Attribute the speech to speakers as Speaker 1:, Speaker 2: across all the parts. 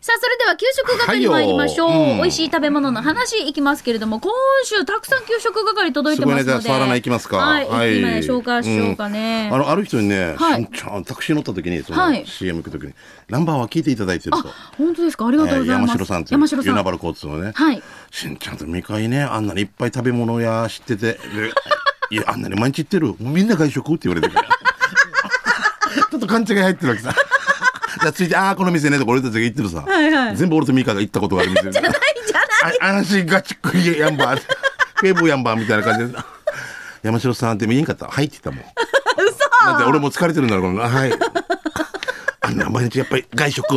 Speaker 1: さあ、それでは給食係参りましょう、
Speaker 2: はいようん
Speaker 1: 美味しい食べ物の話いきますけれども、今週たくさん給食係届いてますので。
Speaker 2: すごいねじゃあ触らないいきますか
Speaker 1: はい。
Speaker 2: はい
Speaker 1: 今紹介しようかね。
Speaker 2: あの、ある人にね、
Speaker 1: はい
Speaker 2: しんちゃん、タクシー乗った時に、その
Speaker 1: はい
Speaker 2: CM 行く時に、ナンバーは聞いていただいてると。
Speaker 1: あ、本当ですかありがとうございます。
Speaker 2: 山城さんという、
Speaker 1: 山城さん。
Speaker 2: 与那原交通のね、
Speaker 1: はい。
Speaker 2: しんちゃんと未開ね、あんなにいっぱい食べ物屋知ってて、で いや、あんなに毎日行ってる、みんな外食って言われてるから。 ちょっと勘違い入ってるわけさ。 じゃあついて、ああ、この店ね、とか俺たちが行ってるさ。
Speaker 1: はいはい
Speaker 2: 全部俺とミカが行ったことがある 店。じゃない、
Speaker 1: じゃ
Speaker 2: ない。あ 話がちっくりや んば、ペーブやんば、みたいな感じで。 山城さんって見えんかった。はいって言ったもん。だって俺も疲れてるんだろうな。はい。あんな毎日やっぱり外食。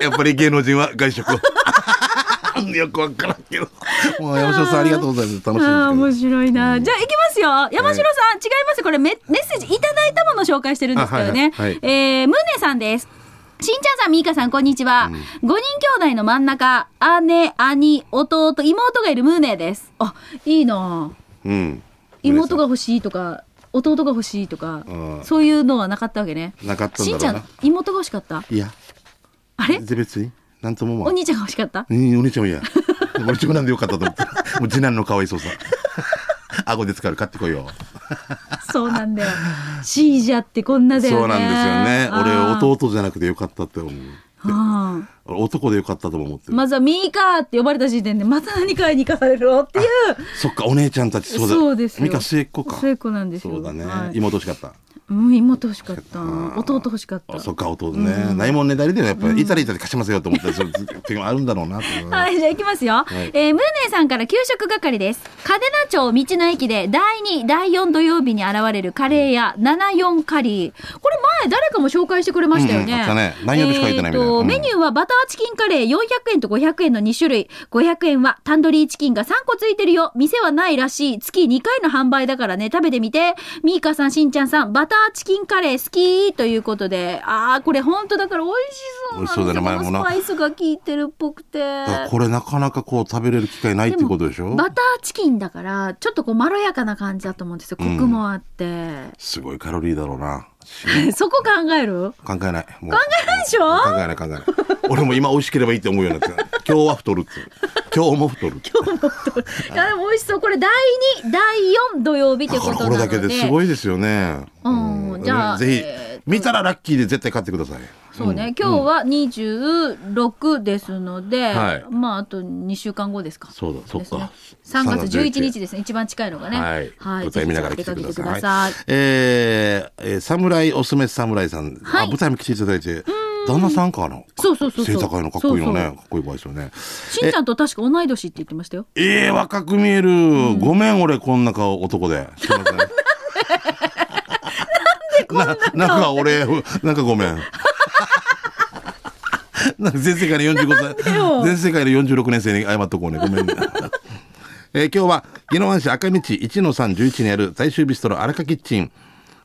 Speaker 2: やっぱり芸能人は外食。 よくわからんけど。もう山城さんありがとうございます。楽しい
Speaker 1: ああー、
Speaker 2: で
Speaker 1: 面
Speaker 2: す
Speaker 1: 白いな。じゃあ、行きますよ。山城さん、違います。これメ、メッセージいただいたものを紹介してるんですけどね。
Speaker 2: あはいはいはい
Speaker 1: えー、ムネさんです。しんちゃんさん、みーかさん、こんにちは。五5人兄弟の真ん中、姉、兄、弟、妹がいるムーネです。あ、いいなあ
Speaker 2: けど。うん。
Speaker 1: 妹が欲しいとか、弟が欲しいとか
Speaker 2: うん、
Speaker 1: そういうのはなかったわけね。
Speaker 2: なかったん
Speaker 1: し
Speaker 2: だ
Speaker 1: んち
Speaker 2: ろ
Speaker 1: ゃ。、
Speaker 2: うなん
Speaker 1: 妹が欲しかった
Speaker 2: いや、
Speaker 1: あれ
Speaker 2: 別に。なんとも思
Speaker 1: お
Speaker 2: わん
Speaker 1: 兄ちゃんが欲しかった
Speaker 2: うん、お姉ちゃんもいいや。 俺自分なんでよかったと思って。もう次男の可哀想さ。 顎で使う、買ってこいよ。
Speaker 1: そうなんだよ。シージャってこんなだよね。
Speaker 2: そうなんですよね。
Speaker 1: あー
Speaker 2: 俺、。弟じゃなくてよかったって思う。
Speaker 1: あー
Speaker 2: 俺男でよかったとも思ってる。
Speaker 1: まずはミーカーって呼ばれた時点でまた何買いに行かされるのっていう
Speaker 2: そっか、お姉ちゃんたち、そうだ。
Speaker 1: そうですよ
Speaker 2: ミカ末っ子か。
Speaker 1: 末っ子なんですよ
Speaker 2: そうだね。
Speaker 1: はい
Speaker 2: 妹欲しかった。
Speaker 1: うん妹欲しかった
Speaker 2: ん
Speaker 1: 弟欲しかった
Speaker 2: あそっか、弟ね。ないもんねだりで、やっぱり、いたらいたら貸しますよと思ったりする時もあるんだろうなと思う。
Speaker 1: はい、じゃあ行きますよ。
Speaker 2: い
Speaker 1: えームーネさんから給食係です。嘉手納町道の駅で第2、第4土曜日に現れるカレー屋74カリー。これ前誰かも紹介してくれましたよね。
Speaker 2: うんうんあったね何曜日しか入ってないみたいな
Speaker 1: えーと
Speaker 2: うん
Speaker 1: メニューはバターチキンカレー400円と500円の2種類。500円はタンドリーチキンが3個ついてるよ。店はないらしい。月2回の販売だからね、食べてみて。ミーカさん、しんちゃんさん、バターチキンカレー好きということで。ああ、これ本当だから美味しそうなんですよ
Speaker 2: 美味しそうだね前もな
Speaker 1: このスパイスが効いてるっぽくて。
Speaker 2: だからこれなかなかこう食べれる機会ないってことでしょ
Speaker 1: バターチキンだからちょっとこうまろやかな感じだと思うんですよコクもあって、
Speaker 2: すごいカロリーだろうな。
Speaker 1: そこ考える
Speaker 2: 考えない。もう
Speaker 1: 考えないでしょ
Speaker 2: 考えない考えない。俺も今美味しければいいって思うようになってた。今日は太るって。今日も太るって。
Speaker 1: いやでも美味しそうこれ第2第4土曜日という
Speaker 2: だ
Speaker 1: こ
Speaker 2: から
Speaker 1: とな
Speaker 2: こ
Speaker 1: の
Speaker 2: れ
Speaker 1: で
Speaker 2: だけですごいですよね。
Speaker 1: うんじゃあ
Speaker 2: ぜひ、
Speaker 1: えーっと
Speaker 2: 見たらラッキーで絶対買ってください。
Speaker 1: そうね、今日は26ですので、
Speaker 2: はい
Speaker 1: まああと2週間後ですか
Speaker 2: そうだそっか
Speaker 1: ですね、3月11日ですね一番近いのがね
Speaker 2: はい。舞
Speaker 1: ぜ
Speaker 2: 台
Speaker 1: ひ
Speaker 2: 見ながら来てくだ
Speaker 1: 出か
Speaker 2: さ
Speaker 1: け
Speaker 2: い。はいえーえー、侍、おすすめ侍さん。
Speaker 1: はい
Speaker 2: あ舞台も来ていただいて。旦那さんかな
Speaker 1: そうそうそうそう
Speaker 2: 背高いのかっこいい
Speaker 1: そ
Speaker 2: のね。
Speaker 1: うそう
Speaker 2: かっこいい場合ですよね。
Speaker 1: しんちゃんと確か同い年って言ってましたよ
Speaker 2: ええ若く見える。ごめん、俺、こんな顔、男で。すいませんななんか俺、なんかご めん。なんか全世界の45
Speaker 1: でよ
Speaker 2: 歳、全世界の46年生に謝っとこうね。ごめんね。えー今日は、宜野湾市赤道1-311にある大衆ビストロ荒川キッチン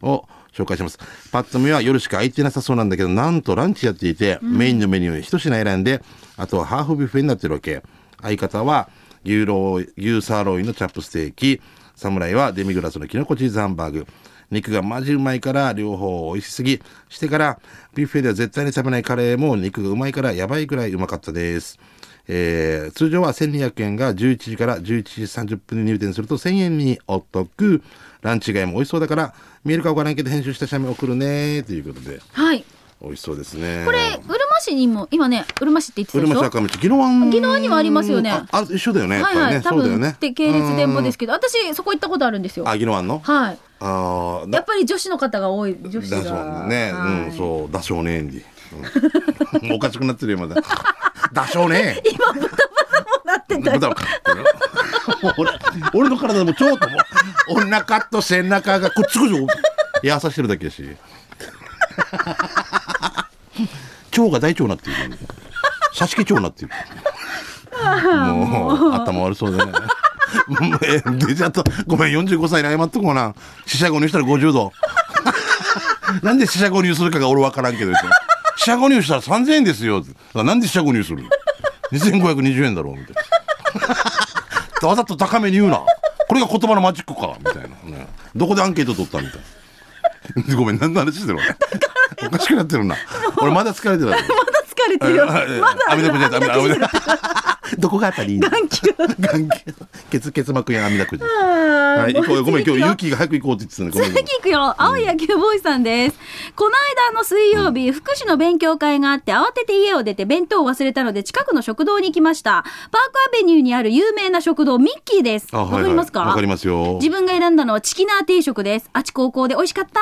Speaker 2: を紹介します。パッと見は夜しか空いてなさそうなんだけど、なんとランチやっていて、メインのメニューに一品選んで、あとはハーフビュッフェになってるわけ。相方は牛ロー、牛サーロインのチャップステーキ、侍はデミグラスのキノコチーズハンバーグ。肉がマジうまいから両方美味しすぎ。してから、ビュッフェでは絶対に食べないカレーも肉がうまいからやばいくらいうまかったです。えー通常は1200円が11時から11時30分に入店すると1000円にお得。ランチ以外も美味しそうだから、見えるかわからんけど編集した写メ送るねということで、
Speaker 1: はい
Speaker 2: 美味しそうですね。
Speaker 1: これうるま市にも今ねうるま市って言って
Speaker 2: う
Speaker 1: た
Speaker 2: る
Speaker 1: でし
Speaker 2: ま
Speaker 1: ょ
Speaker 2: 市赤道、宜野湾。
Speaker 1: 宜野湾にはありますよね
Speaker 2: あ、あ一緒だよね。やっぱ
Speaker 1: は
Speaker 2: り
Speaker 1: いは
Speaker 2: ね。
Speaker 1: い、多
Speaker 2: そうだよ
Speaker 1: 分
Speaker 2: ね。
Speaker 1: って系列電報です
Speaker 2: け
Speaker 1: けど、私そこ行ったことあるんですよ。
Speaker 2: あ、
Speaker 1: はい。
Speaker 2: 宜野湾の
Speaker 1: や
Speaker 2: あーだ
Speaker 1: っぱり女子の方が多い、女子
Speaker 2: だそ
Speaker 1: が。
Speaker 2: うね、
Speaker 1: はい
Speaker 2: うん、そう、だしょうねえんで。うんおかしくなってるよ、まだ。 だしょうねえ。
Speaker 1: 今豚バラもなってた
Speaker 2: 豚
Speaker 1: よ。
Speaker 2: ばっかもう 俺、俺の体もちょっともう、お腹と背中がくっつくぞ。いや、さしてるだけやし。 腸が大腸になってるよ、差し気腸になってる。もう、頭悪そうだね。 え出ちゃった。ごめん、45歳に謝っとこうな。四捨五入したら50度。なんで四捨五入するかが俺分からんけ ど。四捨五入したら3000円ですよ。だからなんで四捨五入する ?2520 円だろうみたいな。わ ざと高めに言うな。これが言葉のマジックか。みたいな。ねどこでアンケート取ったみた いな。ごめん、何の話してるのおかしくなってるな。俺まだ疲れてる
Speaker 1: ま
Speaker 2: わ。
Speaker 1: だされてるよ。まだ
Speaker 2: あみだくじです。あみだくじ
Speaker 1: だ
Speaker 2: です どこがあたりいいの
Speaker 1: 眼球。
Speaker 2: 眼球血血膜炎あみだくじです。
Speaker 1: は
Speaker 2: はい、行こうよ。ごめん、今日、
Speaker 1: 行く
Speaker 2: ゆ
Speaker 1: よ
Speaker 2: きが早く行こうって言ってたね。ごめん
Speaker 1: 次行くよ。青い野球ボーイさんです。この間の水曜日、福祉の勉強会があって、慌てて家を出て弁当を忘れたので、近くの食堂に行きました。パークアベニューにある有名な食堂、ミッキーです。
Speaker 2: あ
Speaker 1: わ
Speaker 2: はいはい
Speaker 1: かりますか
Speaker 2: わかりますよ。
Speaker 1: 自分が選んだのはチキナー定食です。あち高校で美味しかった。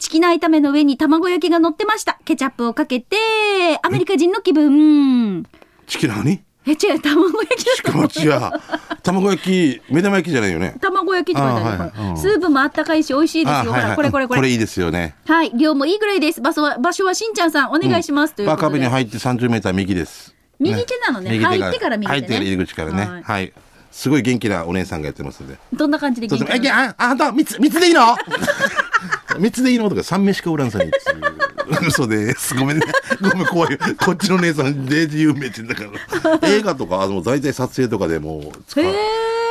Speaker 1: チキナー炒めの上に卵焼きが乗ってました。ケチャップをかけて、アメリカ人の気分。
Speaker 2: チキン何
Speaker 1: え、違う、卵焼 きだった
Speaker 2: 気持ちや。卵焼き、目玉焼きじゃないよね。
Speaker 1: 卵焼きって書いてあるよ
Speaker 2: あーはい
Speaker 1: これ
Speaker 2: うん
Speaker 1: スープもあったかいし、美味しいですよ。
Speaker 2: あ
Speaker 1: ほ
Speaker 2: はいはい
Speaker 1: ら、これこれこれ。
Speaker 2: これいいですよね。
Speaker 1: はい、量もいいぐらいです。場所は、場所はしんちゃんさん、お願いします。という
Speaker 2: バ
Speaker 1: こ
Speaker 2: カ
Speaker 1: と
Speaker 2: 部に
Speaker 1: で。
Speaker 2: 入って30メーター右です。
Speaker 1: 右手なのね
Speaker 2: 右手
Speaker 1: 入ってから右手ね
Speaker 2: 入ってから入り口から
Speaker 1: は
Speaker 2: ね
Speaker 1: い。
Speaker 2: はい。すごい元気なお姉さんがやってますんで。
Speaker 1: どんな感じで
Speaker 2: と
Speaker 1: 元
Speaker 2: て
Speaker 1: 気
Speaker 2: も
Speaker 1: な
Speaker 2: え、
Speaker 1: の
Speaker 2: あ、あ、あんた、三つ、三つでいいの 三つでいいのとか、三名しかおらんさに。 嘘です。ごめんね。ごめん、怖い。こっちの姉さん、デイジ有名人 だから。映画とか、あの、在在撮影とかでもう使う
Speaker 1: へー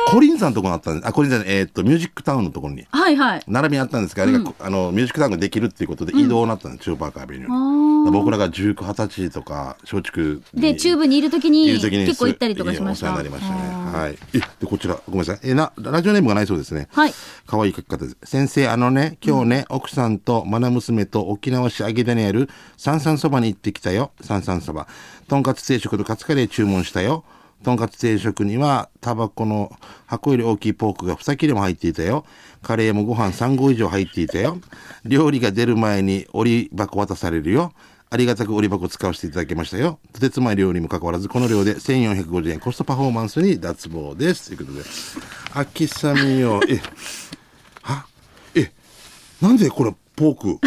Speaker 2: コリンさんのとこにあったんで、あ、コリンさん、えーっと、ミュージックタウンのところに。
Speaker 1: はいはい。
Speaker 2: 並びにあったんですけど、あれが、あの、ミュージックタウンができるっていうことで移動になったんです、中パーカーアベニューに
Speaker 1: あー
Speaker 2: 僕らが19、20歳とか、松竹に
Speaker 1: で、中部にいるときに、
Speaker 2: いる時に
Speaker 1: 結構行ったりとかしました。
Speaker 2: お世話になりました
Speaker 1: あー
Speaker 2: ね。はい。えで、こちら、ごめんなさい。え、な、ラジオネームがないそうですね。
Speaker 1: はい。
Speaker 2: 可愛い書き方です。先生、あのね、今日ね、奥さんと愛娘と沖縄市揚田にある三々そばに行ってきたよ。三々そば。とんかつ定食とカツカレー注文したよ。とんかつ定食には、タバコの箱より大きいポークが2切れも入っていたよ。カレーもご飯3合以上入っていたよ。料理が出る前に折り箱渡されるよ。ありがたく折り箱を使わせていただきましたよ。とてつもない料理にもかかわらず、この量で1450円コストパフォーマンスに脱帽です。ということで、秋雨よ、え、はえ、なんでこれポー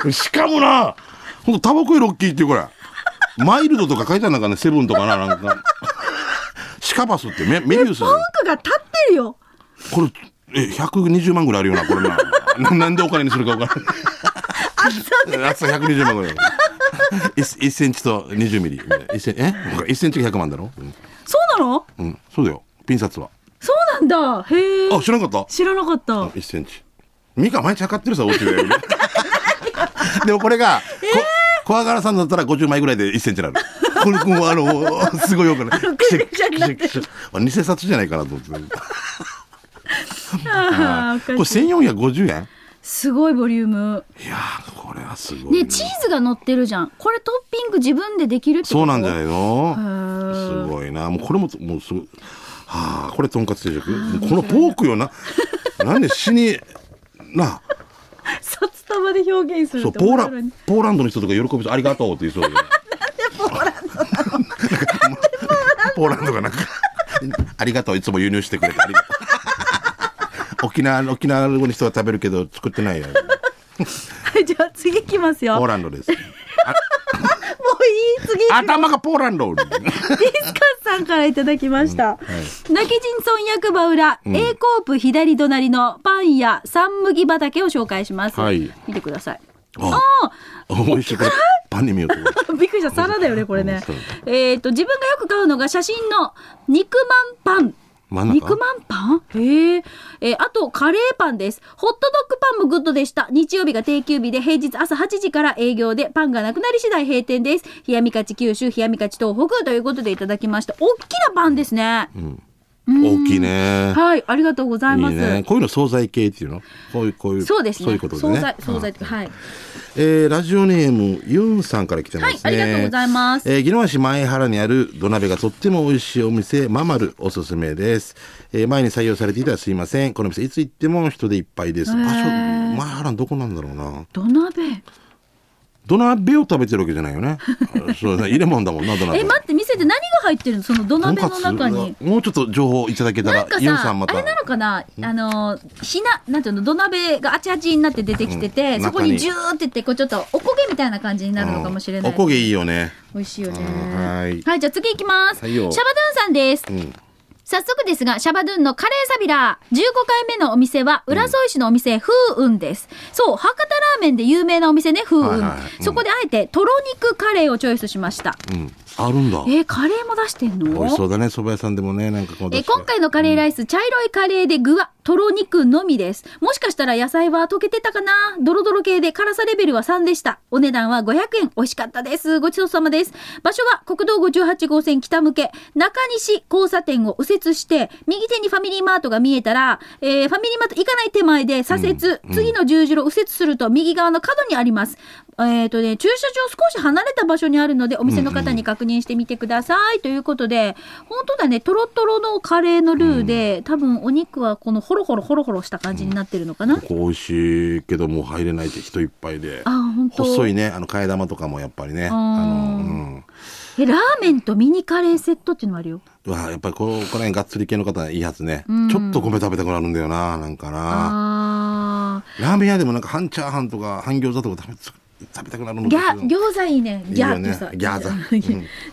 Speaker 2: ク しかもな、ほんとタバコより大きいっていうこれ。マイルドとか書いてあるのかね、セブンとかな、なんか。シカバスってメメビウスだよ
Speaker 1: 文句が立ってるよ。
Speaker 2: これ、え、120万ぐらいあるよな、これな。ななんでお金にするか分からない。厚さ120万ぐらい。1, センチと20ミリ。1センえ1センチが100万だろ、うん、
Speaker 1: そうなの
Speaker 2: うん。そうだよ。ピン札は。
Speaker 1: そうなんだ。へえ。
Speaker 2: あ、知らなかった
Speaker 1: 知らなかった。
Speaker 2: ?1 センチ。ミカ毎日測ってるさ、お家 で。でもこれが、こ小川原さんだったら50枚ぐらいで1センチになる。これもうあの、すごいよくない。
Speaker 1: ぐちゃぐちゃになってる
Speaker 2: キシャキシャキシャあ偽札じゃないかなと思って。こ
Speaker 1: あーお
Speaker 2: れ
Speaker 1: かしい
Speaker 2: 1450円
Speaker 1: すごいボリューム。
Speaker 2: いやーこれはすごい
Speaker 1: ね、チーズが乗ってるじゃん。これトッピング自分でできるってこと
Speaker 2: そうなんじゃない
Speaker 1: へー
Speaker 2: のすごいなもうこれももうすごいはあこれとんかつ定食このポークよななんで死になあ
Speaker 1: 札束で表現する
Speaker 2: そ
Speaker 1: っ
Speaker 2: う
Speaker 1: て
Speaker 2: ポ
Speaker 1: 面
Speaker 2: ーラ
Speaker 1: 白いね
Speaker 2: ポーランドの人とか喜びそうありがとうって言いそうで なんでポーラン ドなのポーランドがなんかありがとういつも輸入してくれてありがとう沖縄 沖縄の人は食べるけど作ってないよ
Speaker 1: はい、じゃあ次行きますよ。
Speaker 2: ポー
Speaker 1: もう
Speaker 2: ランドです
Speaker 1: いい、次行きます
Speaker 2: 頭がポーランド
Speaker 1: ディスカスさんからいただきました。泣き人村役場裏、A コープ左隣のパン屋三麦畑を紹介します。
Speaker 2: はい
Speaker 1: 見てください。
Speaker 2: あ美味しいこれパンに見ようと思う
Speaker 1: びっくりした、皿だよね、これね
Speaker 2: そう。
Speaker 1: えっ、と、自分がよく買うのが写真の肉まんパン。
Speaker 2: 真ん中
Speaker 1: 肉まんパンへえ。えーあと、カレーパンです。ホットドッグパンもグッドでした。日曜日が定休日で、平日朝8時から営業で、パンがなくなり次第閉店です。冷やみかち九州、冷やみかち東北ということでいただきました。おっきなパンですね。
Speaker 2: 大きいね。
Speaker 1: はい、ありがとうござい
Speaker 2: いい
Speaker 1: ます。
Speaker 2: ね。こういうの惣菜系っていうのこういう、こういう。
Speaker 1: そうですね。
Speaker 2: そういうことでね。
Speaker 1: 惣菜、惣菜って、はい。
Speaker 2: えーラジオネーム、ユンさんから来てます
Speaker 1: は
Speaker 2: ね。
Speaker 1: いありがとうございます
Speaker 2: えー、宜野湾市前原にある土鍋がとっても美味しいお店、ママルおすすめです。えー前に採用されていたらすいません。この店いつ行っても人でいっぱいです。場所、前原のどこなんだろうな。
Speaker 1: 土鍋。
Speaker 2: 土鍋を食べてるわけじゃない よね。あそうだね。入れ物だもんな、土鍋。
Speaker 1: え、待って、店で何が入ってるのその土
Speaker 2: とん
Speaker 1: 鍋
Speaker 2: か
Speaker 1: の
Speaker 2: つ
Speaker 1: 中に。
Speaker 2: もうちょっと情報いただけた
Speaker 1: なん
Speaker 2: ら
Speaker 1: か、
Speaker 2: ユンさん
Speaker 1: さ
Speaker 2: ま、た。
Speaker 1: あれなのかなあの、ひな、なんていうの、土鍋があちあちになって出てきてて、
Speaker 2: うん
Speaker 1: そこ
Speaker 2: 中
Speaker 1: に
Speaker 2: に
Speaker 1: ジューってって、こうちょっとおこげみたいな感じになるのかもしれない。
Speaker 2: うんおこげいいよね。
Speaker 1: 美味しいよね。
Speaker 2: うんはい
Speaker 1: はい、じゃあ次行きます。
Speaker 2: はい
Speaker 1: シャ
Speaker 2: よ
Speaker 1: バドゥンさんです。
Speaker 2: ん
Speaker 1: 早速ですが、シャバドゥンのカレーサビラー。15回目のお店は、浦添市のお店、風雲です。そう、博多ラーメンで有名なお店ね、風雲。
Speaker 2: はいはいはいうん
Speaker 1: そこであえて、とろ肉カレーをチョイスしました。
Speaker 2: うん。あるんだ。
Speaker 1: えーカレーも出してんの
Speaker 2: 美味しそうだね、蕎麦屋さんでもね、なんかこう
Speaker 1: え
Speaker 2: 出
Speaker 1: ー
Speaker 2: して。
Speaker 1: 今回のカレーライス、茶色いカレーで具はとろ肉のみです。もしかしたら野菜は溶けてたかなドロドロ系で辛さレベルは3でした。お値段は500円。美味しかったです。ごちそうさまです。場所は国道58号線北向け、中西交差点を右折して、右手にファミリーマートが見えたら、えーファミリーマート行かない手前で左折、次の十字路を右折すると右側の角にあります。えっ、とね、駐車場少し離れた場所にあるので、お店の方に確認してみてください。ということで、本当だね、とろとろのカレーのルーで、多分お肉はこのホロホロホロホロした感じになってるのかな。
Speaker 2: ここ美味しいけどもう入れないって人いっぱいで
Speaker 1: あ、本当。
Speaker 2: 細いねあの替え玉とかもやっぱり
Speaker 1: あ
Speaker 2: ね
Speaker 1: ー
Speaker 2: あのうん
Speaker 1: え、ラーメンとミニカレーセットっていうのもあるよ。
Speaker 2: うわやっぱりここら辺がっつり系の方いいはずね、
Speaker 1: うん
Speaker 2: ちょっと米食べたくなるんだよななんかな
Speaker 1: ああ
Speaker 2: ラーメン屋でもなんか半チャーハンとか半餃子とか食べつ食べたくなるの
Speaker 1: ー。ギャ、
Speaker 2: 餃
Speaker 1: 餃子いいね。ギャってさ。
Speaker 2: ギャザうん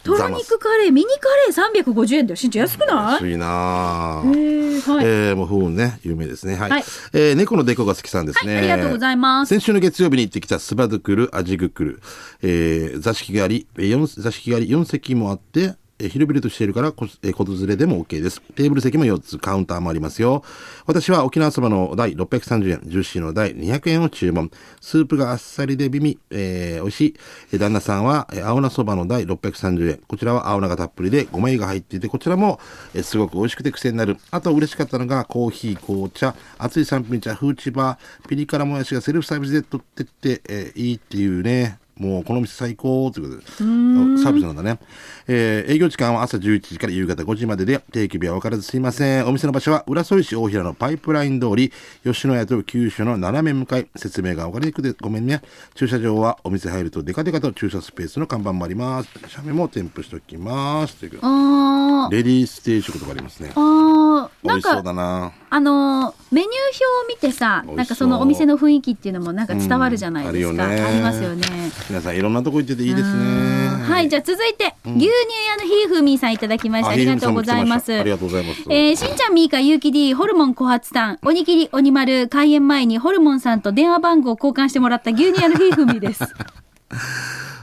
Speaker 1: とろ肉カレー、ミニカレー350円だよ。しんちゃん安くない
Speaker 2: 安いなあ
Speaker 1: えー、はい。
Speaker 2: えー、もう不運ね、有名ですね。はい。
Speaker 1: はい
Speaker 2: えー猫のデコが好きさんですね。
Speaker 1: はいありがとうございます
Speaker 2: 先週の月曜日に行ってきたスバドゥクル、アジグクル。えー座敷があり、えー四座敷があり4席もあって、えー広々としているからこ、えー子連れでも OK です。テーブル席も4つ、カウンターもありますよ。私は沖縄そばの第630円、ジューシーの第200円を注文。スープがあっさりで美味、えー美味しい。えー旦那さんは、えー青菜そばの第630円。こちらは青菜がたっぷりで、ごま油が入っていて、こちらも、えーすごく美味しくて癖になる。あと嬉しかったのが、コーヒー、紅茶、熱い三品茶、フーチバー、ピリ辛もやしがセルフサービスで取ってって、えーいいっていうね。もうこの店最高ということで、サービスなんだね。えー営業時間は朝11時から夕方5時までで、定休日は分からずすいません。お店の場所は、浦添市大平のパイプライン通り、吉野家と九州の斜め向かい、説明が分かりにくくてごめんね。駐車場はお店入るとデカデカと駐車スペースの看板もあります。写メも添付しておきます。ということで
Speaker 1: あー
Speaker 2: レディース定食とかありますね。
Speaker 1: あー
Speaker 2: 美
Speaker 1: なん
Speaker 2: 味しそう
Speaker 1: か、
Speaker 2: だな。
Speaker 1: あのーメニュー表を見てさ、
Speaker 2: 美味しそう
Speaker 1: なんかそのお店の雰囲気っていうのもなんか伝わるじゃないですか。
Speaker 2: うんあるよね
Speaker 1: ありますよね。
Speaker 2: 皆さんいろんなとこ行ってていいですね。
Speaker 1: はい、じゃあ続いて、牛乳屋のひーふみんさんいただきました。ありがとうございます。
Speaker 2: ありがとうございます。
Speaker 1: えー、しんちゃん、みーか、ゆうき D、ホルモン小発さん、おにぎり、おにまる、開演前にホルモンさんと電話番号を交換してもらった牛乳屋のひーふみです。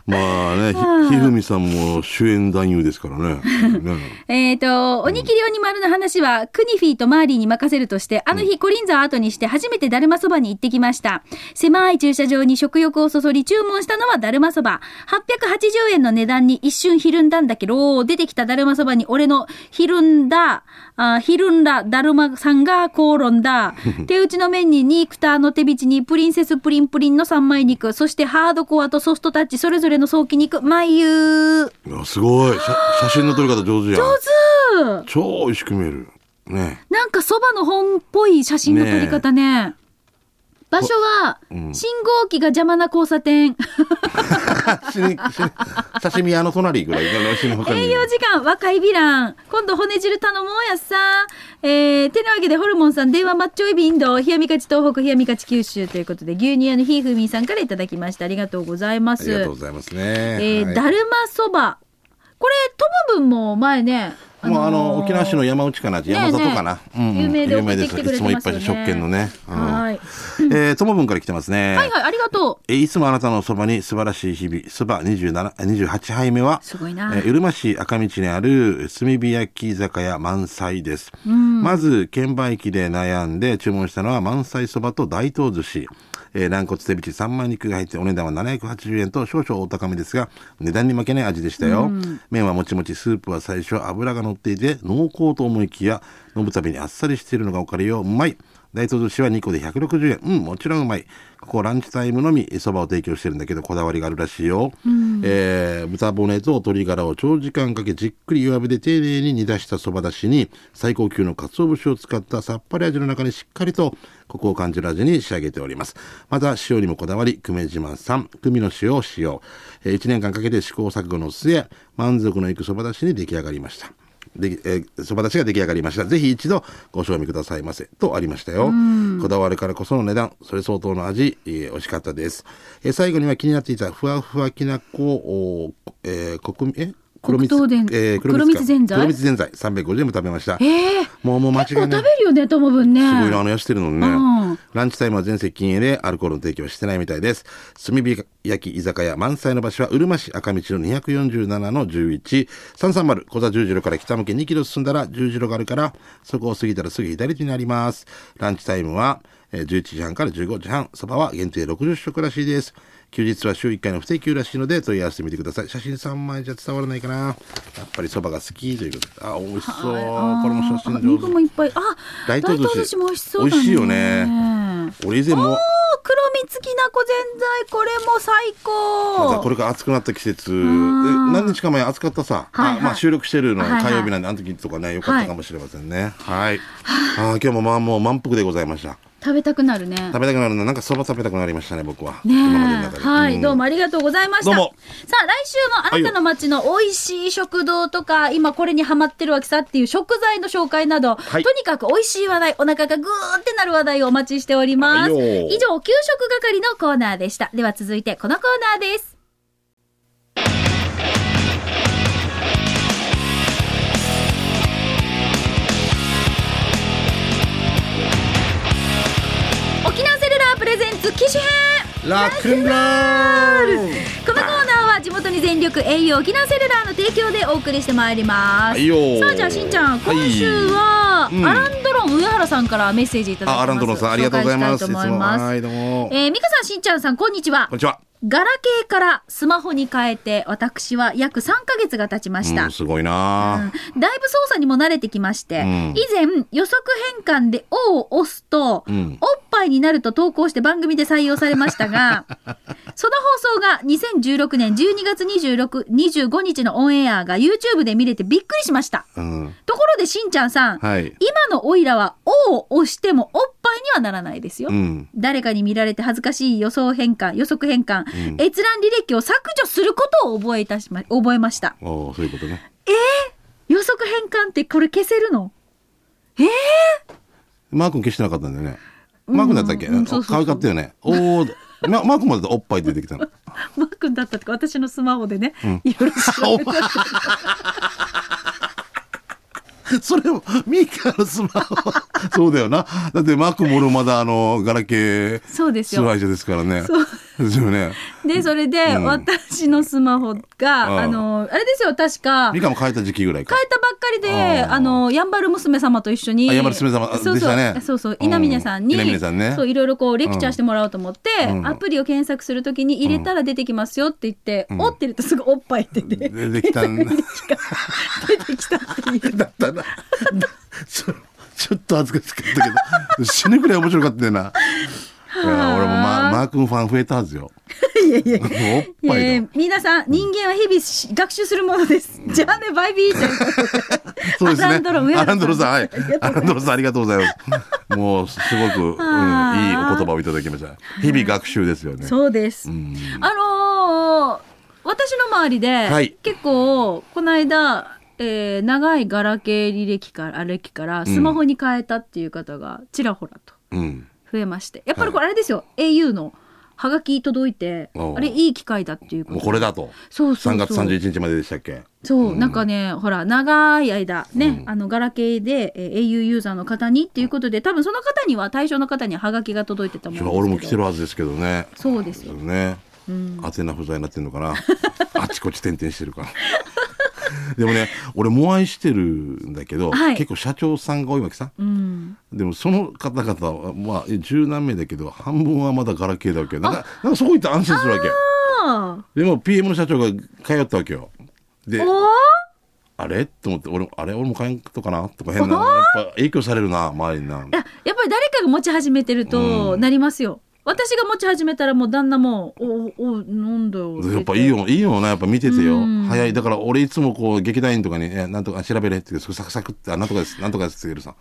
Speaker 2: まあ ね、
Speaker 1: うん
Speaker 2: ひひふみさんも主演男優ですからね。ね
Speaker 1: えっ、と、おにぎりおにまるの話は、クニフィーとマーリーに任せるとして、あの日、コリンザを後にして、初めてだるまそばに行ってきました。狭い駐車場に食欲をそそり、注文したのはだるまそば。880円の値段に一瞬ひるんだんだけど、出てきただるまそばに俺のひるんだ、あひるんだだるまさんが口論だ。手打ちの麺に肉ターの手びちに、プリンセスプリンプリンの三枚肉、そしてハードコアとソフトタッチ、それぞれの早期肉、眉ゆ
Speaker 2: いやすごい写写真の撮り方上手やん。
Speaker 1: 上手
Speaker 2: 超美味しく見える。ね。
Speaker 1: なんかそばの本っぽい写真の撮り方ね。場所は、
Speaker 2: うん
Speaker 1: 信号機が邪魔な交差点。
Speaker 2: 死に死に刺身屋の隣ぐらいの死に他に
Speaker 1: 営業時間、若いヴィラン。今度骨汁頼もうやっさ。えー、てなわけでホルモンさん、電話マッチョイビンド、冷やみかち東北、冷やみかち九州ということで、牛乳屋のひーふみんさんからいただきました。ありがとうございま
Speaker 2: あ
Speaker 1: す。
Speaker 2: りがとうございますね。
Speaker 1: え
Speaker 2: は
Speaker 1: ー、
Speaker 2: い
Speaker 1: だるまそば。これ、トムブンも前ね。
Speaker 2: もうあの
Speaker 1: ー
Speaker 2: 沖縄市の山内かな
Speaker 1: え
Speaker 2: 山里かな、うんうん
Speaker 1: 有名で送ってき
Speaker 2: です
Speaker 1: て
Speaker 2: い
Speaker 1: くれ
Speaker 2: つ
Speaker 1: て
Speaker 2: もいっ
Speaker 1: ます
Speaker 2: ぱ
Speaker 1: よ
Speaker 2: い
Speaker 1: ね
Speaker 2: で食券のね、うん
Speaker 1: はい。
Speaker 2: えー、ともぶんから来てますね、
Speaker 1: はいはい、ありがと
Speaker 2: えーいつもあなたのそばに素晴らしい日々、そば27 28杯目は、
Speaker 1: すごいな
Speaker 2: えーうるま市赤道にある炭火焼き居酒屋満載です。まず、券売機で悩んで注文したのは満載そばと大東寿司。えー軟骨手びち3枚肉が入ってお値段は780円と少々お高めですが値段に負けない味でしたよ、麺はもちもちスープは最初油が乗っていて濃厚と思いきや飲むたびにあっさりしているのがおかりようまい大東寿司は2個で160円。うん、もちろんうまい。ここランチタイムのみえそばを提供してるんだけど、こだわりがあるらしいよ。えー豚骨と鶏ガラを長時間かけじっくり弱火で丁寧に煮出したそばだしに、最高級の鰹節を使ったさっぱり味の中にしっかりとコクを感じる味に仕上げております。また、塩にもこだわり、久米島産、久美の塩を使用。え1年間かけて試行錯誤の末、満足のいくそばだしに出来上がりました。で、えー、そば出しが出来上がりました。ぜひ一度ご賞味くださいませ。とありましたよ。こだわるからこその値段、それ相当の味、えー美味しかったです。えー最後には気になっていたふわふわきなこ、おーえー、国民、え
Speaker 1: 黒糖でん
Speaker 2: えー黒
Speaker 1: 黒蜜
Speaker 2: 蜜
Speaker 1: ぜん
Speaker 2: か
Speaker 1: ざい
Speaker 2: 黒蜜ぜんざい350円も食べました
Speaker 1: ええ
Speaker 2: もうもう間
Speaker 1: 結
Speaker 2: 違い
Speaker 1: 構
Speaker 2: な
Speaker 1: 食
Speaker 2: い
Speaker 1: べるよね、ともぶんね。
Speaker 2: すごいな、あの、痩せてるのにね。
Speaker 1: うん
Speaker 2: ランチタイムは全席禁煙で、アルコールの提供はしてないみたいです。炭火焼き居酒屋満載の場所は、うるま市赤道の247の11、330、小座十字路から北向け2キロ進んだら十字路があるから、そこを過ぎたらすぐ左手にあります。ランチタイムは、えー11時半から15時半、そばは限定60食らしいです。休日は週1回の不定休らしいので問い合わせてみてください。写真3枚じゃ伝わらないかな。やっぱりそばが好きということで。あ、美味しそう。これも写
Speaker 1: あ
Speaker 2: 真上手
Speaker 1: 肉。もいっぱい。あ、
Speaker 2: 大
Speaker 1: 大
Speaker 2: 東
Speaker 1: 東
Speaker 2: 寿司
Speaker 1: 寿司も美味しそうだね。
Speaker 2: 美味しいよね
Speaker 1: もう
Speaker 2: 俺以前も、
Speaker 1: 黒蜜きなこぜんざい、これも最
Speaker 2: また
Speaker 1: 高。
Speaker 2: これから暑くなった季節、え
Speaker 1: ん
Speaker 2: 何日か前暑かったさ、
Speaker 1: はいはい
Speaker 2: あまあ、収録してるのは
Speaker 1: はいはい
Speaker 2: 火曜日なんで、あの時とかね、良かったかもしれませんね。はい。あー今日もまあもう満腹でございました。
Speaker 1: 食べたくなるね。
Speaker 2: 食べたくなるな、なんかそば食べたくなりましたね、僕は。
Speaker 1: ねえ
Speaker 2: 今までの中で。
Speaker 1: はい、
Speaker 2: ん
Speaker 1: どうもありがとうございました。
Speaker 2: どう
Speaker 1: さ
Speaker 2: も
Speaker 1: あ、来週もあなたの街の美味しい食堂とか、今これにハマってるわけさっていう食材の紹介など、
Speaker 2: はい
Speaker 1: とにかく美味しい話題、お腹がぐーってなる話題をお待ちしております。
Speaker 2: はいよ
Speaker 1: 以上、給食係のコーナーでした。では続いてこのコーナーです。沖縄セルラープレゼンツ機種編
Speaker 2: ラックンロール
Speaker 1: このコーナーは地元に全力栄養沖縄セルラーの提供でお送りしてまいります、
Speaker 2: はいよ
Speaker 1: さあじゃあしんちゃん
Speaker 2: はい
Speaker 1: 今週は、
Speaker 2: うん
Speaker 1: アランドロン上原さんからメッセージいただいて
Speaker 2: あ、
Speaker 1: ます
Speaker 2: アランドロンさん、ありがとうございます。
Speaker 1: 紹介したいと思います
Speaker 2: はい、どうも。
Speaker 1: えー、美香さんしんちゃんさんこんにちは
Speaker 2: こんにちは。
Speaker 1: ガラケーからスマホに変えて私は約3ヶ月が経ちました、
Speaker 2: うん、すごいな、
Speaker 1: うんだいぶ操作にも慣れてきまして、
Speaker 2: うん
Speaker 1: 以前予測変換で「O」を押すと、
Speaker 2: うん
Speaker 1: おっぱいになると投稿して番組で採用されました がその放送が2016年12月26 25日のオンエアが YouTube で見れてびっくりしました
Speaker 2: うん。
Speaker 1: ところでしんちゃんさん、
Speaker 2: はい。
Speaker 1: 今のオイラは「O」を押してもおっぱいにはならないですよ、
Speaker 2: うん。
Speaker 1: 誰かに見られて恥ずかしい予想変換予測変換、
Speaker 2: うん
Speaker 1: 閲覧履歴を削除することを覚えいたしま覚えました
Speaker 2: おーそういうことね。
Speaker 1: 予測変換ってこれ消せるの
Speaker 2: マー君消してなかったんだよね。マー君だったっけ、
Speaker 1: うんうんそうそうそう
Speaker 2: 可愛かったよね。おー、ま、マー君までだとおっぱい出てきたの。
Speaker 1: マー君だったとか私のスマホでね、
Speaker 2: ん
Speaker 1: いろいろ 調べた
Speaker 2: それも、ミーカのスマホ。 そうだよな。だってマー君も俺もまだあの、ガラケー、
Speaker 1: そうですよ
Speaker 2: スライドですからね。
Speaker 1: そう
Speaker 2: ですよね。
Speaker 1: でそれで
Speaker 2: うん
Speaker 1: 私のスマホが、
Speaker 2: うん
Speaker 1: あのあれですよ確か
Speaker 2: ミ
Speaker 1: 変え
Speaker 2: カも変えた時期ぐらいか。
Speaker 1: たばっかりで、
Speaker 2: うん
Speaker 1: あのやんばる娘様と一緒に
Speaker 2: あやんばる娘様あ
Speaker 1: そう
Speaker 2: でし
Speaker 1: そう
Speaker 2: たね
Speaker 1: そうそう稲峰さんに、
Speaker 2: うん稲峰さんね
Speaker 1: そういろいろこうレクチャーしてもらおうと思って、
Speaker 2: うん
Speaker 1: アプリを検索するときに入れたら出てきますよって言って、
Speaker 2: うん
Speaker 1: おって入れたらすぐおっぱいって出て、
Speaker 2: 出てきたんだ。
Speaker 1: 出てきたっていう
Speaker 2: だったな。ちょちょっと恥ずかしかったけど、死ぬくらい面白かったよな。いや俺もママー君ファン増えたはずよ。
Speaker 1: いやいや
Speaker 2: おっ
Speaker 1: え
Speaker 2: ぱい
Speaker 1: ー
Speaker 2: の。、
Speaker 1: 皆さん、人間は日々し学習するものです。じゃあね、バイビーちゃん。
Speaker 2: そうですね。
Speaker 1: アランドロン上原さん
Speaker 2: アランドロンさん、はい。アランドロンさん、ありがとうございます。もう、すごく、うん、いいお言
Speaker 1: あー
Speaker 2: 葉をいただきました。日々学習ですよね。
Speaker 1: そうです。
Speaker 2: ん
Speaker 1: あのー私の周りで、
Speaker 2: はい
Speaker 1: 結構、この間、えー長いガラケー履歴から、あ歴から、スマホに変えたっていう方が、ちらほらと
Speaker 2: うん。
Speaker 1: 増えまして。やっぱりこれあれですよ、au のハガキ届いて、
Speaker 2: おう
Speaker 1: あれいい機会だっていうこと
Speaker 2: もう
Speaker 1: で。
Speaker 2: これだと。
Speaker 1: そうそうそう
Speaker 2: 3月31日まででしたっけ
Speaker 1: そう、なんかね、ほら、長い間、ね、あの、ガラケーで、えー au ユーザーの方にっていうことで、多分その方には、対象の方にはハガキが届いてたもんですけど
Speaker 2: 俺も来てるはずですけどね。
Speaker 1: そうですよ。
Speaker 2: ね。アテナ不在になってんのかな。 あちこち転々してるから。 でもね、俺、も愛してるんだけど、
Speaker 1: はい
Speaker 2: 結構社長さんが多いわけさ。
Speaker 1: うん。
Speaker 2: でもその方々は、まあ、十何名だけど、半分はまだガラケーだわけよ。なんか、なんかそこ行って安心するわけ。
Speaker 1: あ
Speaker 2: でも PM の社長が通ったわけよ。で
Speaker 1: ー、おー
Speaker 2: あれと思って、俺も、あれ俺も通ったかなとか変な。やっぱ影響されるな、周りにな。
Speaker 1: いややっぱり誰かが持ち始めてるとなりますよ、私が持ち始めたらもう旦那も「おおおなんだよ」
Speaker 2: やっぱいいよ、いいよな、やっぱ見ててよ
Speaker 1: うん。
Speaker 2: 早い。だから俺いつもこう、劇団員とかに、え、なんとか、あ調べれって言うけど、サクサクって、あ、なんとかです、なんとかですって言うけどさ。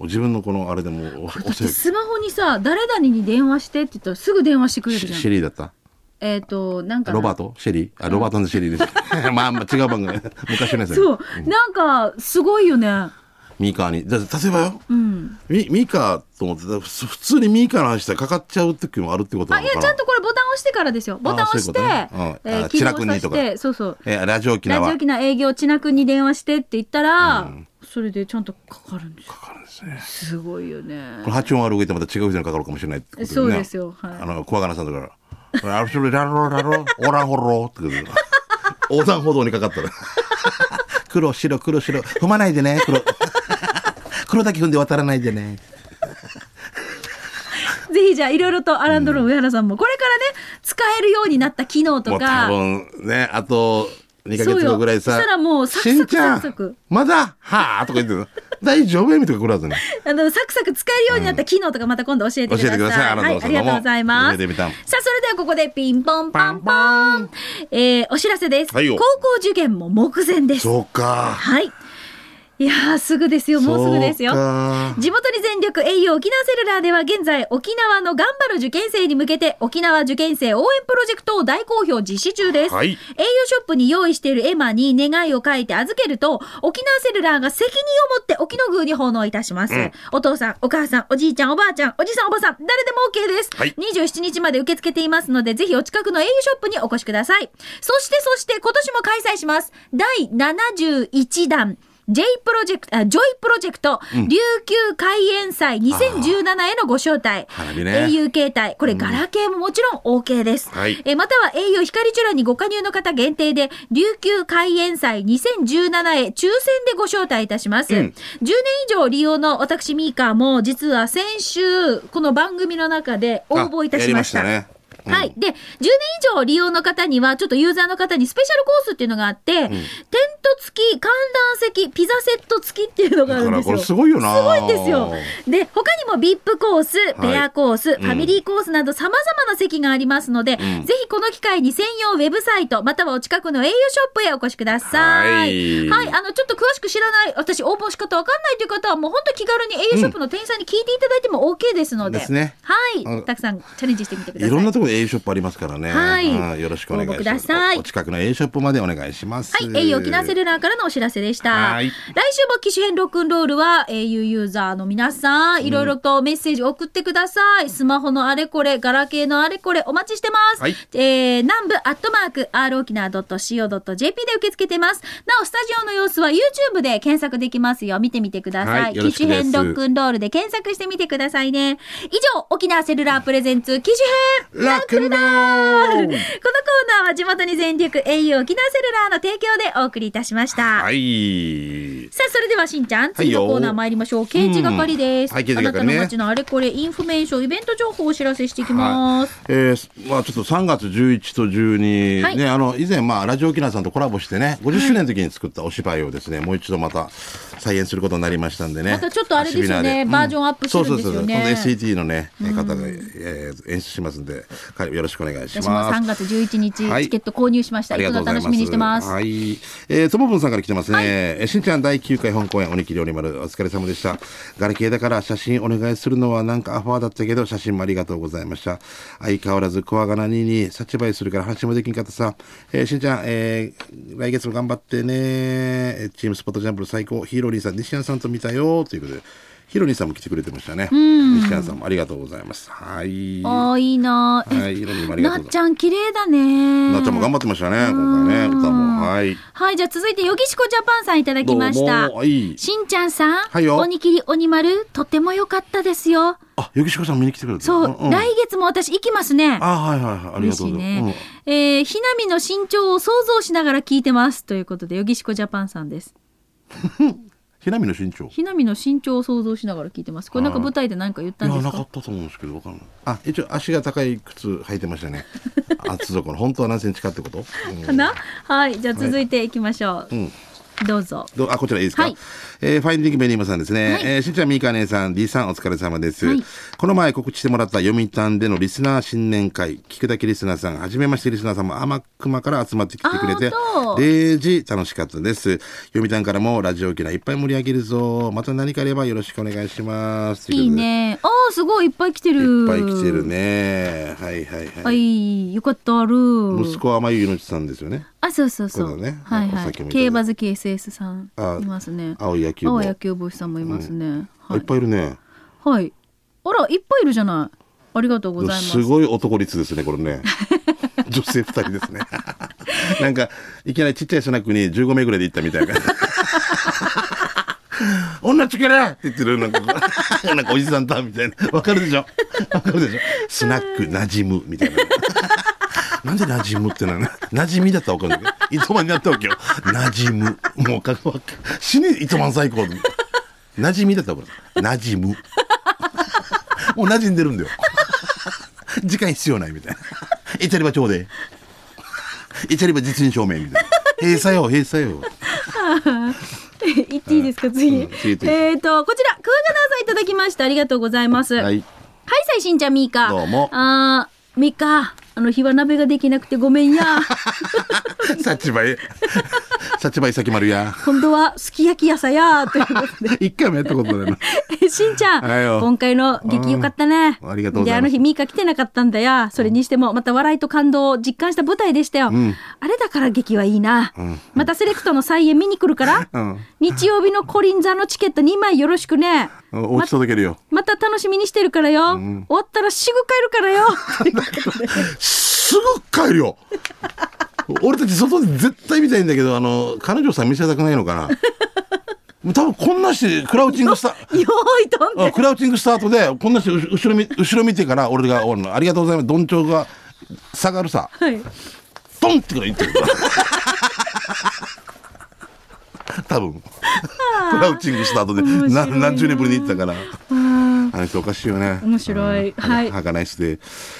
Speaker 2: 自分のこの、あれ でもう、お押
Speaker 1: だっ
Speaker 2: せ
Speaker 1: て
Speaker 2: る
Speaker 1: スマホにさ「誰々に電話して」って言ったらすぐ電話してくれる
Speaker 2: シ
Speaker 1: じゃ
Speaker 2: シェ
Speaker 1: ん
Speaker 2: リーだった
Speaker 1: えっ、となんかな
Speaker 2: ロバートシェリーあ、ロバート シェリーです。まあ、まあ違う番組。昔のやつね。
Speaker 1: そうなんかすごいよね
Speaker 2: ミーカーに。だって例えばよ、
Speaker 1: うん。
Speaker 2: ミミーカーと思ってたふ普通にミーカーの話したらかかっちゃう時もあるってことな
Speaker 1: あ、い
Speaker 2: のか
Speaker 1: や、
Speaker 2: な
Speaker 1: ちゃんとこれボタン押してからですよ。ボタン押して、
Speaker 2: そういうことねうん
Speaker 1: え
Speaker 2: あ
Speaker 1: ー、起動
Speaker 2: 千楽にとか
Speaker 1: させてそうそう。
Speaker 2: えーラジオ沖
Speaker 1: ラジ
Speaker 2: 縄
Speaker 1: オ機の営業、千奈君に電話してって言ったら、それでちゃんとかかるんですよ。
Speaker 2: かかるんですね。
Speaker 1: すごいよね
Speaker 2: こ。の8音ある上でまた違う人にかかるかもしれないってことね。
Speaker 1: そうですよはい
Speaker 2: あの、小若菜さんとか、これアルシュルラロラロ、オラホロってこと横断歩道にかかったら。黒、白、黒、白。踏まないでね、黒。 黒だけ踏んで渡らないでね。
Speaker 1: ぜひじゃあ、いろいろとアランドロン上原さんも、これからね、使えるようになった機能
Speaker 2: も
Speaker 1: と
Speaker 2: う多
Speaker 1: か、
Speaker 2: 分ね、あと2ヶ
Speaker 1: そう
Speaker 2: 月
Speaker 1: よ
Speaker 2: 後ぐらいさ。
Speaker 1: そしたらもうサクサク
Speaker 2: しんちゃ
Speaker 1: サ
Speaker 2: ん
Speaker 1: クサク
Speaker 2: まだはあとか言ってる大丈夫やみとか来 るはずね。
Speaker 1: あの、サクサク使えるようになった機能とかまた今度教えてください。
Speaker 2: 教えてくださいアランド
Speaker 1: は
Speaker 2: ロ
Speaker 1: い、
Speaker 2: ン
Speaker 1: あ
Speaker 2: さん
Speaker 1: りが
Speaker 2: どうも
Speaker 1: とうございま
Speaker 2: 夢
Speaker 1: す。
Speaker 2: で見た
Speaker 1: さあ、それではここでピンポンパンポン。えー、お知らせです。
Speaker 2: はいよ
Speaker 1: 高校受験も目前です。
Speaker 2: そうか。
Speaker 1: はい。いやー、すぐですよ。もうすぐですよ
Speaker 2: そう。か
Speaker 1: 地元に全力 au 沖縄セルラーでは現在沖縄の頑張る受験生に向けて沖縄受験生応援プロジェクトを大好評実施中です。
Speaker 2: はい
Speaker 1: au ショップに用意している絵馬に願いを書いて預けると沖縄セルラーが責任を持って沖の宮に奉納いたします。お父さん、お母さん、おじいちゃん、おばあちゃん、おじさん、おばさん、誰でも OK です。
Speaker 2: はい
Speaker 1: 27日まで受け付けていますのでぜひお近くの au ショップにお越しください。そしてそして今年も開催します。第71弾。J プロジェクト、あジョイプロジェクト、琉球開園祭2017へのご招待。
Speaker 2: 花火ね
Speaker 1: au 携帯、これガラケーももちろん OK です。
Speaker 2: はい
Speaker 1: えーまたは au 光チュラにご加入の方限定で、琉球開園祭2017へ抽選でご招待いたします。10年以上利用の私ミーカーも、実は先週、この番組の中で応募いたしました。
Speaker 2: あやりましたね。うん
Speaker 1: はい。で、10年以上利用の方には、ちょっとユーザーの方にスペシャルコースっていうのがあって、テント付き、観覧席、ピザセット付きっていうのがあ
Speaker 2: だ
Speaker 1: る
Speaker 2: か
Speaker 1: んで
Speaker 2: ら
Speaker 1: す
Speaker 2: こ
Speaker 1: よ。
Speaker 2: れすごいよな。
Speaker 1: すごいんですよ。で、他にも VIP コース、
Speaker 2: はい
Speaker 1: ペアコース、ファミリーコースなど様々な席がありますので、ぜひこの機会に専用ウェブサイト、またはお近くの au ショップへお越しください。
Speaker 2: はい
Speaker 1: あの、ちょっと詳しく知らない、私応募し方わかんないという方は、もう本当気軽に au ショップの店員さんに聞いていただいても OK ですので。
Speaker 2: ですね
Speaker 1: は
Speaker 2: う
Speaker 1: い。
Speaker 2: ん
Speaker 1: たくさんチャレンジしてみてください。
Speaker 2: いろんなところで A ショップありますからね。
Speaker 1: はい
Speaker 2: うんよろしくお願いしま
Speaker 1: ご応募く
Speaker 2: す。
Speaker 1: ださい
Speaker 2: おお近くの A ショップまでお願いします。
Speaker 1: はい、au 沖縄セルラーからのお知らせでした。
Speaker 2: は
Speaker 1: 来
Speaker 2: い
Speaker 1: 週も機種編ロックンロールは au ユーザーの皆さん、いろいろとメッセージ送ってください。スマホのあれこれ、ガラケーのあれこれ、お待ちしてます。
Speaker 2: はい
Speaker 1: えー、南部アットマーク、r 沖縄 .co.jp で受け付けてます。なお、スタジオの様子は YouTube で検索できますよ。見てみてくださ。
Speaker 2: はいいよろ
Speaker 1: 機
Speaker 2: しく
Speaker 1: 種
Speaker 2: です
Speaker 1: 編ロックンロールで検索してみてくださいね。以上、沖縄セルラープレゼンツ、機種編
Speaker 2: ラックンロー
Speaker 1: このコ
Speaker 2: ル
Speaker 1: ーナーは地元に全力 au 沖縄セルラーの提供でお送りいたしました。
Speaker 2: はい。
Speaker 1: さあ、それではしんちゃん、次
Speaker 2: は
Speaker 1: の
Speaker 2: いよ
Speaker 1: コーナー参りましょう。刑事係です。
Speaker 2: うんはい刑事
Speaker 1: あなた
Speaker 2: 係
Speaker 1: の
Speaker 2: ね
Speaker 1: 街のあれこれ、インフォメーション、イベント情報をお知らせしていきます。
Speaker 2: えーまあちょっと3月11と12、
Speaker 1: はい
Speaker 2: ね、あの、以前、まあ、ラジオ沖縄さんとコラボしてね、50周年の時に作ったお芝居をですね、もう一度また再演することになりましたんでね。
Speaker 1: またちょっとあれですよね
Speaker 2: アシビナで
Speaker 1: バージョンアップしてるんですよね
Speaker 2: そうそうそうそう。今度 SET のね、方が、えー演出しますんで、はいよろしくお願いし
Speaker 1: 私も
Speaker 2: ます。
Speaker 1: 3月11日、
Speaker 2: はい
Speaker 1: チケット購入しました。
Speaker 2: あり
Speaker 1: い
Speaker 2: が
Speaker 1: つ
Speaker 2: とう
Speaker 1: も
Speaker 2: ござい
Speaker 1: 楽
Speaker 2: ま
Speaker 1: し
Speaker 2: す。
Speaker 1: みにしてます。
Speaker 2: はい。えー、ともぶんさんから来てますね。えーしんちゃん第9回本公演、おにきりおりまる、お疲れ様でした。ガラケーだから写真お願いするのはなんかアファーだったけど、写真もありがとうございました。相変わらず小がなにに、サチバイするから話もできんかったさ。えーしんちゃん、えー来月も頑張ってね。えーチームスポットジャンプル最高。ヒーローリーさん、西山さんと見たよ。ということで、ヒーローリーさんも来てくれてましたね。西山さんもありがとうございます。はい。
Speaker 1: あーいいなーえ
Speaker 2: はい、ヒーローリーもありが
Speaker 1: な
Speaker 2: とう
Speaker 1: っ
Speaker 2: ござい
Speaker 1: ちゃ
Speaker 2: ま
Speaker 1: ん、綺麗だね
Speaker 2: す。
Speaker 1: ー。
Speaker 2: なっちゃんも頑張ってましたね、今回ね、歌も。はい。
Speaker 1: はい、じゃあ続いて、よぎしこジャパンさんいただきました
Speaker 2: どう。もいい
Speaker 1: しんちゃんさん、
Speaker 2: はいよ
Speaker 1: おにぎりおにまる、とても良かったですよ。
Speaker 2: あ、よきしこさん見に来てくれた。
Speaker 1: そう、
Speaker 2: んん
Speaker 1: 来月も私行きますね。
Speaker 2: あ、はいはいはい。あ
Speaker 1: 嬉
Speaker 2: りがと
Speaker 1: し
Speaker 2: う
Speaker 1: い
Speaker 2: ござ
Speaker 1: ね
Speaker 2: います。。
Speaker 1: えーひなみの身長を想像しながら聞いてます。ということで、よぎしこジャパンさんです。
Speaker 2: うんひなみの身長。い
Speaker 1: ひなみの身長を想像しながら聞いてます。これなんか舞台で何か言った
Speaker 2: や、
Speaker 1: んです
Speaker 2: なか
Speaker 1: か
Speaker 2: ったと思うんですけど、わかんない。あ、一応足が高い靴履いてましたね。 厚底の。本当は何センチかってこと、うん
Speaker 1: かなはい、じゃあ続いていきましょう。どうぞ。
Speaker 2: どうあ、こちらいいですか、
Speaker 1: はい
Speaker 2: えーファインディングベリーマさんですね。
Speaker 1: はい
Speaker 2: えーしんちゃん、みーか姉さん、D さん、お疲れ様です、
Speaker 1: はい
Speaker 2: この前告知してもらった読谷でのリスナー新年会、聞くだけリスナーさん、はじめましてリスナーさんも天熊から集まってきてくれて
Speaker 1: あー本当、
Speaker 2: デージ楽しかったです。読谷からもラジオ機能いっぱい盛り上げるぞ。また何かあればよろしくお願いします。とうこ
Speaker 1: いい
Speaker 2: とで。
Speaker 1: ね。ああ、すごいいっぱい来てる。
Speaker 2: いっぱい来てる。ね。はいはいはい。
Speaker 1: はい、よかったある。
Speaker 2: 息子はまゆゆのちさんですよね。
Speaker 1: あ、そうそうそうそう。
Speaker 2: これだね
Speaker 1: はい
Speaker 2: お
Speaker 1: はい。
Speaker 2: 酒もいただいて
Speaker 1: 競馬好き SS さん
Speaker 2: あ
Speaker 1: いますね。
Speaker 2: 青い野球部
Speaker 1: 青野球帽子さんもいますね。
Speaker 2: あ
Speaker 1: はい
Speaker 2: っ
Speaker 1: い。
Speaker 2: ぱいいるね
Speaker 1: はい。あら、いっぱいいるじゃない。ありがとうございます。
Speaker 2: すごい男率ですねこ れね女性2人ですね なんかいきなりちっちゃいスナックに15名ぐらいで行ったみたいな 女つけれって言ってるなんか なんかおじさんだみたいなわかるでしょわかるでしょスナックなじむみたいな なんでなじむってなのなじみだったらわかるんだけどいとまになったわけよなじむもうかわか死ねいとまん最高なじみだったらわかるなじむもう馴染んでるんだよ。 時間必要ないみたいな。イチャリバちょうで。 イチャリバ実印証明 みたいな。閉鎖よ、閉鎖よ。
Speaker 1: 言っていいですか、次。
Speaker 2: うん次次
Speaker 1: えっ、と、こちら、クーガナーさんいただきました。ありがとうございます。は、
Speaker 2: はいい。
Speaker 1: さいしんちゃん、みーか。
Speaker 2: どうも
Speaker 1: あー、みーか。あの日は鍋ができなくてごめ んや。
Speaker 2: サチバイ。 サチバイ先丸 や。
Speaker 1: 今度はすき焼き屋さや。ということで
Speaker 2: 一回もやったこと ないな。
Speaker 1: しんちゃん、
Speaker 2: はいよ
Speaker 1: 今回の劇よかったね。
Speaker 2: うんありがとうご
Speaker 1: で、
Speaker 2: ざいます
Speaker 1: あの日、ミーカ来てなかったんだよ。それにしても、また笑いと感動を実感した舞台でしたよ。あれだから劇はいいな。またセレクトの再演見に来るから、
Speaker 2: うん
Speaker 1: 日曜日のコリン座のチケット2枚よろしくね。
Speaker 2: おお家届けるよ。
Speaker 1: また楽しみにしてるからよ。終わったらすぐ帰る からよ。
Speaker 2: すぐ帰るよ。俺たち外で絶対見たいんだけど、あの、彼女さん見せたくないのかな。 もう多分こんなしてクラウチングした。
Speaker 1: よーい、飛ん
Speaker 2: あ
Speaker 1: で。
Speaker 2: クラウチングスタートでこんな人うし後ろ見後ろ見てから俺が終わるのありがとうございますどんちょうが下がるさ
Speaker 1: はい。
Speaker 2: ドンってくらいってる 多分クラウチングスタートで
Speaker 1: 面白いな
Speaker 2: な何十年ぶりに行ったからあの人おかしいよね
Speaker 1: 面白い
Speaker 2: うん
Speaker 1: はい
Speaker 2: はがないすで、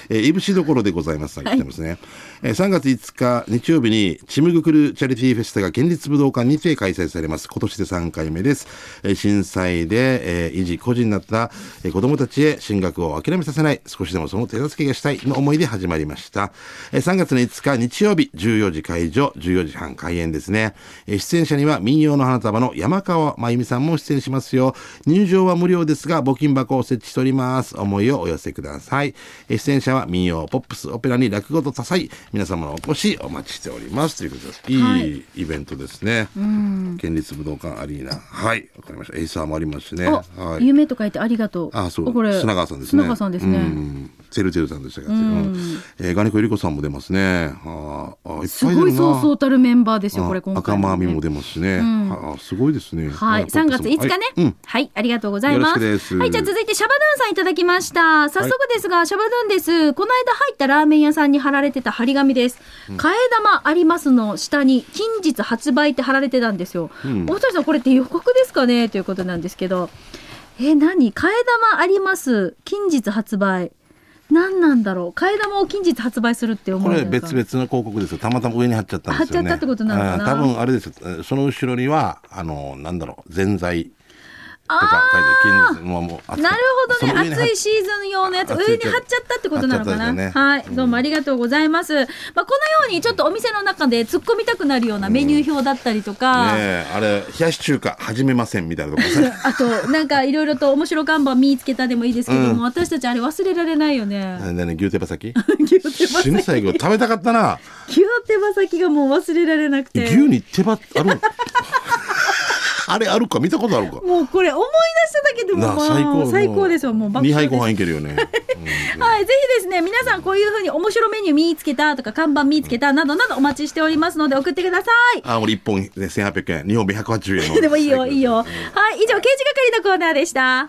Speaker 2: えー、いぶしどころでございます。来てますね。えー3月5日日曜日に、ちむぐくるチャリティーフェスタが現立武道館にて開催されます。今年で3回目です。えー震災で、えー維持、孤児になった、えー子供たちへ進学を諦めさせない、少しでもその手助けがしたいの思いで始まりました。えー3月の5日日曜日、14時会場、14時半開演ですね。えー出演者には民謡の花束の山川真由美さんも出演しますよ。入場は無料ですが、募金箱を設置しております。思いをお寄せください。えー出演者は民謡、ポップス、オペラに落語と多彩。皆様のお越しお待ちしております。ということです。い
Speaker 1: はい
Speaker 2: いイベントですね。県立武道館アリーナ。はい。わかりました。エイサーもありますしね。
Speaker 1: あ、
Speaker 2: はい。
Speaker 1: 夢と書いてありがとう。
Speaker 2: あ、そう。
Speaker 1: これ、
Speaker 2: 砂川さんですね。
Speaker 1: 砂川さんですね。
Speaker 2: うんてるてるさんでしたか。うんえーガネコゆりこさんも出ますね。あーあ、いっ
Speaker 1: す
Speaker 2: ぱい出
Speaker 1: ご
Speaker 2: る
Speaker 1: い
Speaker 2: な
Speaker 1: そうそうたるメンバーですよ、
Speaker 2: あ
Speaker 1: これ、今回。
Speaker 2: 赤間みも出ますしね、はあすごいですね
Speaker 1: はい、
Speaker 2: ポッ
Speaker 1: 3
Speaker 2: プス
Speaker 1: 月5
Speaker 2: も
Speaker 1: 日ね、
Speaker 2: はいうん
Speaker 1: はい、ありがとうございます。
Speaker 2: よろしくです
Speaker 1: はい、じゃあ続いてシャバドゥンさんいただきました。早速ですが、シャバドゥンです。この間入ったラーメン屋さんに貼られてた貼り紙です。替え玉ありますの下に近日発売って貼られてたんですよ。お二人さんこれって予告ですかねということなんですけど。え、何替え玉あります。近日発売。何なんだろう替え玉を近日発売するって思
Speaker 2: こ
Speaker 1: うん
Speaker 2: れ
Speaker 1: だ
Speaker 2: 別々の広告ですよたまたま上に貼っちゃったんですよね
Speaker 1: 貼っちゃったってことなのかな
Speaker 2: うん多分あれですよえーその後ろにはあのなんだろう全財と
Speaker 1: あ
Speaker 2: か書いてある金もうもう暑い
Speaker 1: なるほ
Speaker 2: その
Speaker 1: ど
Speaker 2: 上
Speaker 1: ね
Speaker 2: に貼っ
Speaker 1: 暑いシーズン用のやつ
Speaker 2: あ
Speaker 1: 上に貼っちゃったってことなのか
Speaker 2: 貼
Speaker 1: な、
Speaker 2: っちゃった
Speaker 1: は
Speaker 2: や
Speaker 1: い
Speaker 2: つね
Speaker 1: どうもありがとうございます、まあ、このようにちょっとお店の中で突っ込みたくなるようなメニュー表だったりとか、
Speaker 2: ねえあれ冷やし中華始めませんみた いなとこさ
Speaker 1: あとなんかいろいろと面白看板見つけたでもいいですけども、私たちあれ忘れられないよね、
Speaker 2: なんだね牛手羽先
Speaker 1: 牛手羽
Speaker 2: 死ぬ最後食べたかったな
Speaker 1: 牛手羽先がもう忘れられなくて
Speaker 2: 牛に手羽ある あれあるか見たことあるか
Speaker 1: もうこれ思い出しただけでも
Speaker 2: なあ
Speaker 1: まあ
Speaker 2: 最高
Speaker 1: 最高ですよもう爆
Speaker 2: 2
Speaker 1: 笑で
Speaker 2: 杯
Speaker 1: す
Speaker 2: ご飯いけるよね
Speaker 1: はい、ぜひですね、皆さんこういうふうに面白メニュー見つけたとか、看板見つけたなどなどお待ちしておりますので送ってください。
Speaker 2: あ俺1本で1800円2本目180円の
Speaker 1: でもいいよ、いいよ。はい、以上、刑事係のコーナーでした。